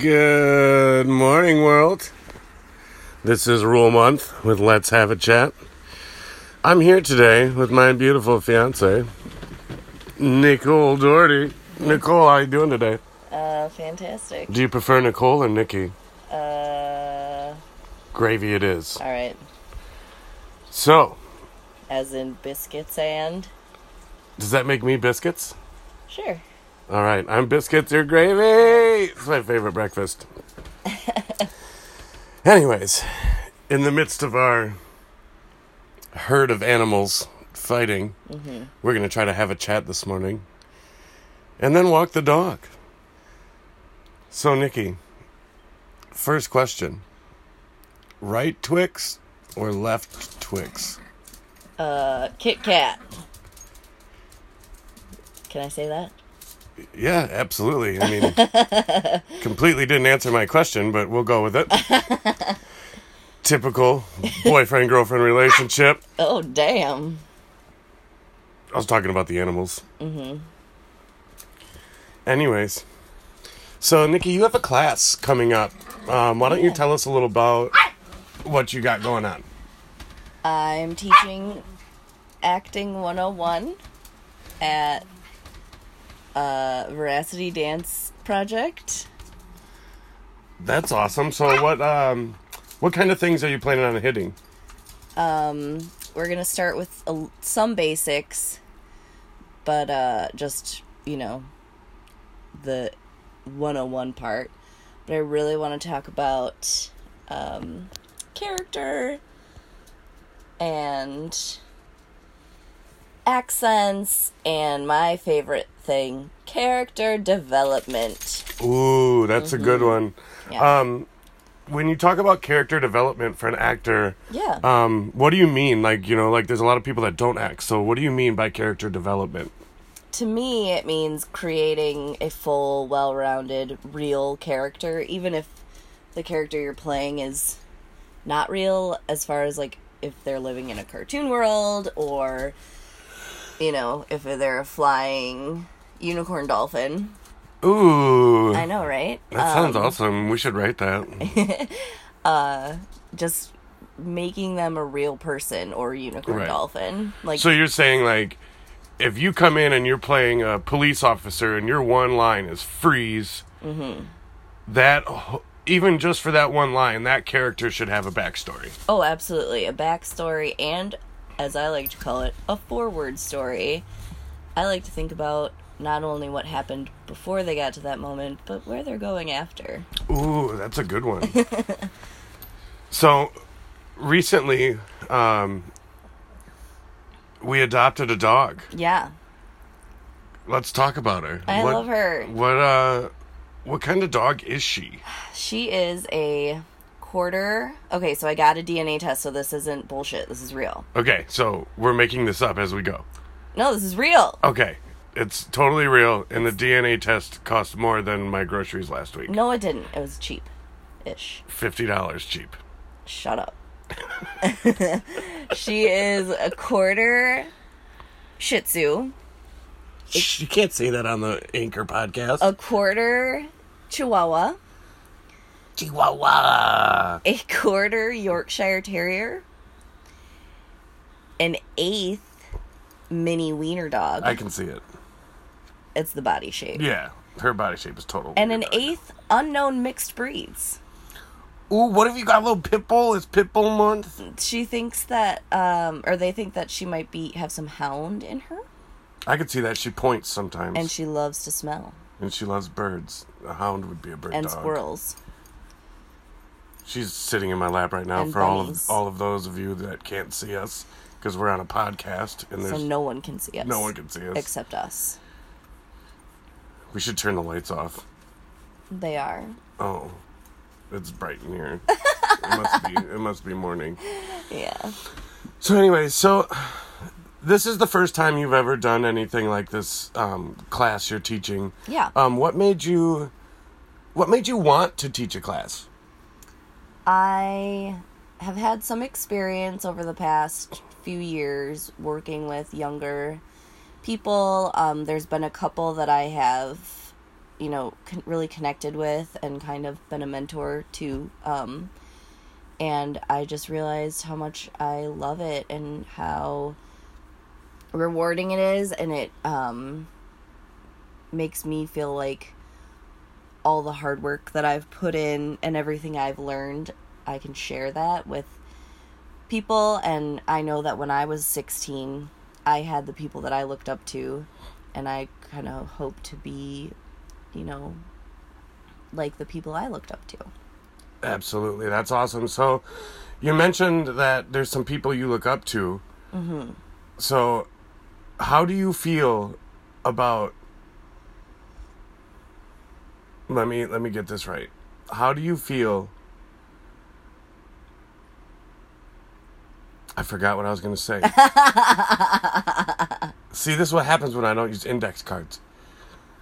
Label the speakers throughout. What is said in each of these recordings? Speaker 1: Good morning, world. This is Rule Month with Let's Have a Chat. I'm here today with my beautiful fiance, Nicole Doherty. Nicole, how you doing today?
Speaker 2: Uh, fantastic.
Speaker 1: Do you prefer Nicole or Nikki?
Speaker 2: Uh,
Speaker 1: Gravy it is.
Speaker 2: all right.
Speaker 1: So,
Speaker 2: As in biscuits and
Speaker 1: does that make me biscuits?
Speaker 2: sure.
Speaker 1: All right, I'm biscuits or gravy. It's my favorite breakfast. Anyways, in the midst of our herd of animals fighting, we're going to try to have a chat this morning and then walk the dog. So, Nikki, first question right Twix or left Twix?
Speaker 2: Uh, Kit Kat. Can I say that?
Speaker 1: Yeah, absolutely. I mean, completely didn't answer my question, but we'll go with it. Typical boyfriend girlfriend relationship.
Speaker 2: Oh damn.
Speaker 1: I was talking about the animals. Mm-hmm. Anyways, so Nikki, you have a class coming up. Um, why don't you tell us a little about what you got going on?
Speaker 2: I'm teaching acting 101 at uh, Veracity Dance Project.
Speaker 1: That's awesome. So, what um, what kind of things are you planning on hitting?
Speaker 2: Um, we're gonna start with a l some basics, but uh, just you know, the 101 part. But I really want to talk about um, character and accents, and my favorite thing, character development.
Speaker 1: Ooh, that's a good one.
Speaker 2: Yeah.
Speaker 1: Um, when you talk about character development for an actor,
Speaker 2: Yeah.
Speaker 1: um, what do you mean? Like, you know, like there's a lot of people that don't act. So, what do you mean by character development?
Speaker 2: to me, it means creating a full, well rounded, real character, even if the character you're playing is not real, as far as like if they're living in a cartoon world or, you know, if they're a flying unicorn dolphin.
Speaker 1: Ooh,
Speaker 2: I know, right?
Speaker 1: that sounds awesome. We should write that.
Speaker 2: Uh, Just making them a real person or unicorn
Speaker 1: Right.
Speaker 2: dolphin. Like,
Speaker 1: so, you're saying like, if you come in and you're playing a police officer and your one line is freeze, that wh- even just for that one line, that character should have a backstory.
Speaker 2: Oh, absolutely. A backstory and, as I like to call it, a forward story. I like to think about not only what happened before they got to that moment, but where they're going after.
Speaker 1: Ooh, that's a good one. so, recently, um, we adopted a dog.
Speaker 2: Yeah.
Speaker 1: Let's talk about her.
Speaker 2: I love her.
Speaker 1: What uh, what kind of dog is she?
Speaker 2: She is a quarter. Okay, so I got a DNA test, so this isn't bullshit. This is real.
Speaker 1: Okay, so we're making this up as we go.
Speaker 2: No, this is real.
Speaker 1: Okay, it's totally real, and the DNA test cost more than my groceries last week.
Speaker 2: No, it didn't. It was cheap ish.
Speaker 1: Fifty dollars cheap.
Speaker 2: Shut up. she is a quarter Shih Tzu.
Speaker 1: You can't say that on the Anchor podcast.
Speaker 2: a quarter Chihuahua,
Speaker 1: Chihuahua.
Speaker 2: a quarter Yorkshire Terrier, an eighth mini wiener dog.
Speaker 1: I can see it.
Speaker 2: it's the body shape.
Speaker 1: Yeah, her body shape is total.
Speaker 2: And an
Speaker 1: weirdo.
Speaker 2: eighth unknown mixed breeds.
Speaker 1: Ooh, what if you got a little pit bull? It's pit bull month.
Speaker 2: She thinks that, um, or they think that she might be have some hound in her,
Speaker 1: I could see that she points sometimes,
Speaker 2: and
Speaker 1: and she,
Speaker 2: she loves to smell
Speaker 1: loves birds. A hound would be a bird
Speaker 2: and
Speaker 1: dog.
Speaker 2: squirrels.
Speaker 1: She's sitting in my lap right now
Speaker 2: And
Speaker 1: for all of
Speaker 2: bunnies.
Speaker 1: all of those of you that can't see us because we're on a podcast and
Speaker 2: So
Speaker 1: there's
Speaker 2: no one can see us.
Speaker 1: no one can see us.
Speaker 2: except us.
Speaker 1: we should turn the lights off.
Speaker 2: They are.
Speaker 1: Oh, it's bright in here. it must be. It must be morning.
Speaker 2: Yeah.
Speaker 1: So anyway, so this is the first time you've ever done anything like this um, class you're teaching.
Speaker 2: Yeah.
Speaker 1: Um, what made you what made you want to teach a class?
Speaker 2: I have had some experience over the past few years working with younger people. Um, there's been a couple that I have you know con- really connected with and kind of been a mentor to um and i just realized how much i love it and how rewarding it is and it um makes me feel like all the hard work that i've put in and everything i've learned i can share that with people and i know that when i was 16 i had the people that i looked up to and i kind of hope to be you know like the people i looked up to
Speaker 1: Absolutely, that's awesome. So, you mentioned that there's some people you look up to. Mm-hmm. So, how do you feel about? Let me let me get this right. How do you feel? I forgot what I was going to say. See, this is what happens when I don't use index cards.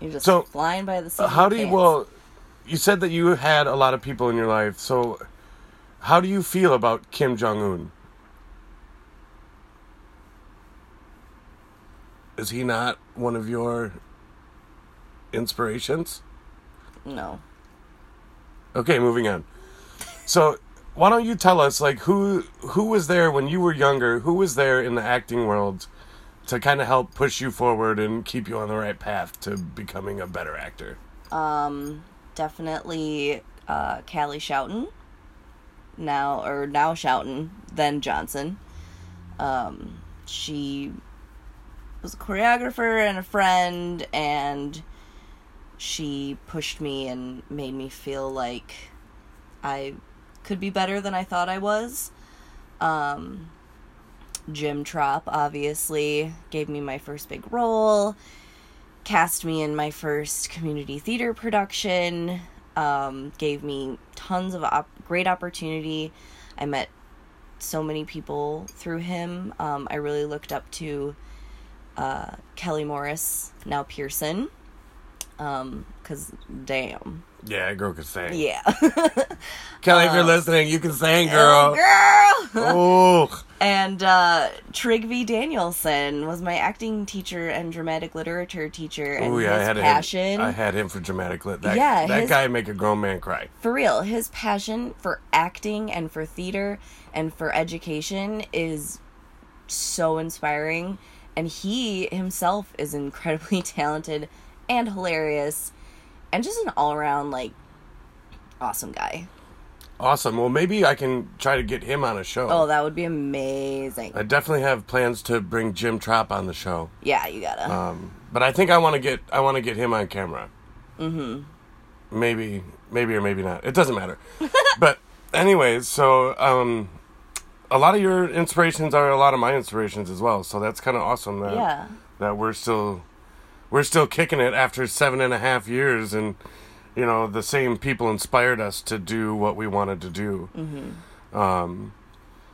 Speaker 2: you're just
Speaker 1: So,
Speaker 2: flying by the seat of
Speaker 1: how
Speaker 2: your
Speaker 1: do you
Speaker 2: pants.
Speaker 1: well you said that you had a lot of people in your life so how do you feel about kim jong-un is he not one of your inspirations
Speaker 2: no
Speaker 1: okay moving on so why don't you tell us like who who was there when you were younger who was there in the acting world to kind of help push you forward and keep you on the right path to becoming a better actor
Speaker 2: definitely uh callie shouten now or now shouten then johnson um she was a choreographer and a friend and she pushed me and made me feel like i could be better than i thought i was um jim trop obviously gave me my first big role cast me in my first community theater production, um, gave me tons of op- great opportunity. I met so many people through him. Um, I really looked up to uh, Kelly Morris, now Pearson, because damn.
Speaker 1: yeah girl could sing
Speaker 2: Yeah.
Speaker 1: Kelly, if you're listening, you can sing, girl.
Speaker 2: Uh, Oh, Girl!
Speaker 1: Oh,
Speaker 2: And uh, Trigvi Danielson was my acting teacher and dramatic literature teacher, and
Speaker 1: Ooh, yeah, I
Speaker 2: his
Speaker 1: had
Speaker 2: passion.
Speaker 1: him. I had him for dramatic lit. That,
Speaker 2: Yeah,
Speaker 1: that
Speaker 2: his-
Speaker 1: guy make a grown man cry.
Speaker 2: for real, his passion for acting and for theater and for education is so inspiring. And he himself is incredibly talented and hilarious and just an all around, like, awesome guy.
Speaker 1: Awesome. Well, maybe I can try to get him on a show.
Speaker 2: Oh, that would be amazing.
Speaker 1: I definitely have plans to bring Jim Trop on the show,
Speaker 2: Yeah, you gotta.
Speaker 1: um, but I think I want to get I want to get him on camera. Mm-hmm. Maybe, maybe or maybe not. It doesn't matter. but anyways, so um, a lot of your inspirations are a lot of my inspirations as well. So that's kind of awesome. That,
Speaker 2: Yeah.
Speaker 1: that we're still we're still kicking it after seven and a half years and you know the same people inspired us to do what we wanted to do um,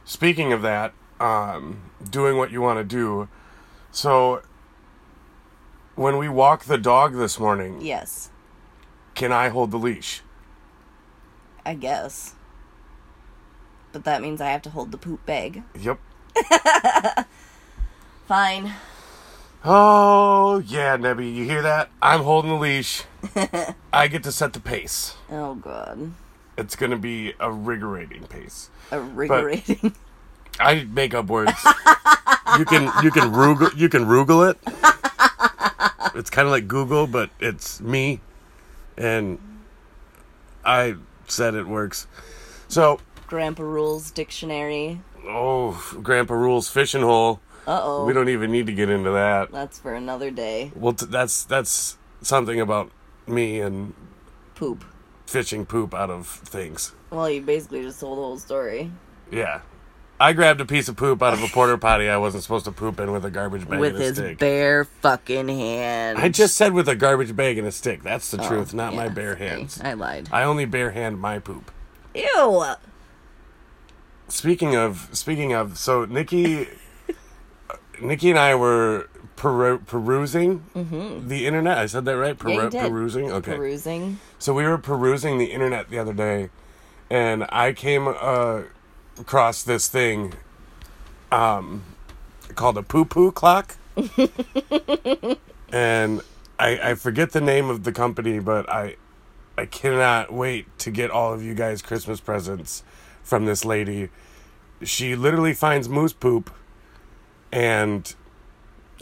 Speaker 1: speaking of that um, doing what you want to do so when we walk the dog this morning
Speaker 2: yes,
Speaker 1: can i hold the leash
Speaker 2: I guess. But that means I have to hold the poop bag.
Speaker 1: yep
Speaker 2: Fine.
Speaker 1: oh yeah nebby you hear that i'm holding the leash i get to set the pace
Speaker 2: Oh, God.
Speaker 1: it's going to be a rigorating pace
Speaker 2: A rigorating.
Speaker 1: I make up words. you can you can Google you can Google it. It's kind of like Google, but it's me, and I said it works. So,
Speaker 2: Grandpa Rules Dictionary.
Speaker 1: oh, Grandpa rules fishing hole.
Speaker 2: Uh oh.
Speaker 1: We don't even need to get into that.
Speaker 2: That's for another day.
Speaker 1: Well, t- that's that's something about me and
Speaker 2: Poop.
Speaker 1: fishing poop out of things.
Speaker 2: Well, you basically just told the whole story.
Speaker 1: Yeah. I grabbed a piece of poop out of a porter potty I wasn't supposed to poop in with a garbage bag
Speaker 2: With
Speaker 1: and a
Speaker 2: his
Speaker 1: stick.
Speaker 2: bare fucking hand.
Speaker 1: I just said with a garbage bag and a stick. That's the truth, not my
Speaker 2: Oh, yeah,
Speaker 1: bare
Speaker 2: sorry.
Speaker 1: hands.
Speaker 2: I lied.
Speaker 1: I only bare hand my poop.
Speaker 2: Ew!
Speaker 1: Speaking of, speaking of, so Nikki, Nikki and I were peru- perusing the internet. I said that right?
Speaker 2: Mm-hmm. Yeah,
Speaker 1: Peru-
Speaker 2: you did.
Speaker 1: Perusing. Okay.
Speaker 2: Perusing.
Speaker 1: So we were perusing the internet the other day, and I came uh, across this thing um, called a poo poo clock. and I, I forget the name of the company, but I I cannot wait to get all of you guys Christmas presents from this lady. She literally finds moose poop and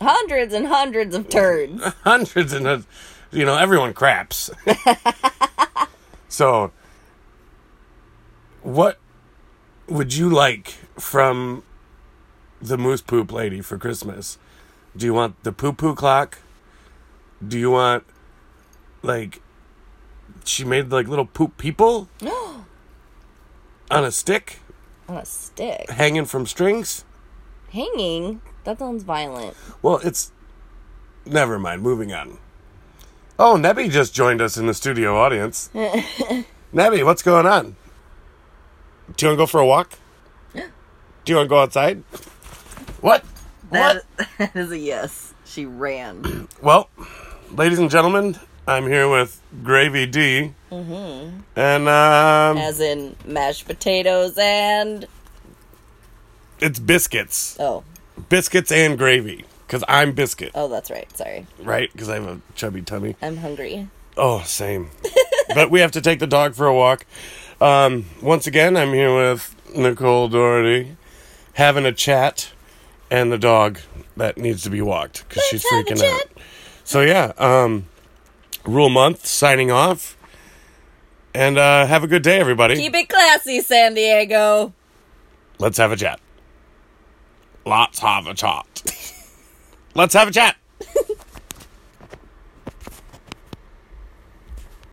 Speaker 2: Hundreds and hundreds of turds.
Speaker 1: hundreds and hun- you know everyone craps. so what would you like from the moose poop lady for Christmas? Do you want the poo poo clock? Do you want like she made like little poop people on a stick
Speaker 2: On a stick.
Speaker 1: hanging from strings?
Speaker 2: Hanging? That sounds violent.
Speaker 1: Well, it's never mind. Moving on. Oh, Nebby just joined us in the studio audience. Nebby, what's going on? Do you want to go for a walk? Do you want to go outside? What?
Speaker 2: That, that is a yes. She ran.
Speaker 1: Well, ladies and gentlemen, I'm here with Gravy D. Mm-hmm. And um,
Speaker 2: As in mashed potatoes and.
Speaker 1: it's biscuits.
Speaker 2: Oh.
Speaker 1: Biscuits and gravy. Because I'm biscuit,
Speaker 2: Oh, that's right. Sorry.
Speaker 1: right? Because I have a chubby tummy.
Speaker 2: I'm hungry.
Speaker 1: Oh, same. but we have to take the dog for a walk. Um, once again, I'm here with Nicole Doherty having a chat and the dog that needs to be walked because she's
Speaker 2: have a
Speaker 1: freaking
Speaker 2: chat.
Speaker 1: out. So, yeah, um, rule month signing off. And uh, have a good day, everybody.
Speaker 2: Keep it classy, San Diego.
Speaker 1: Let's have a chat. Let's have a chat. Let's have a chat.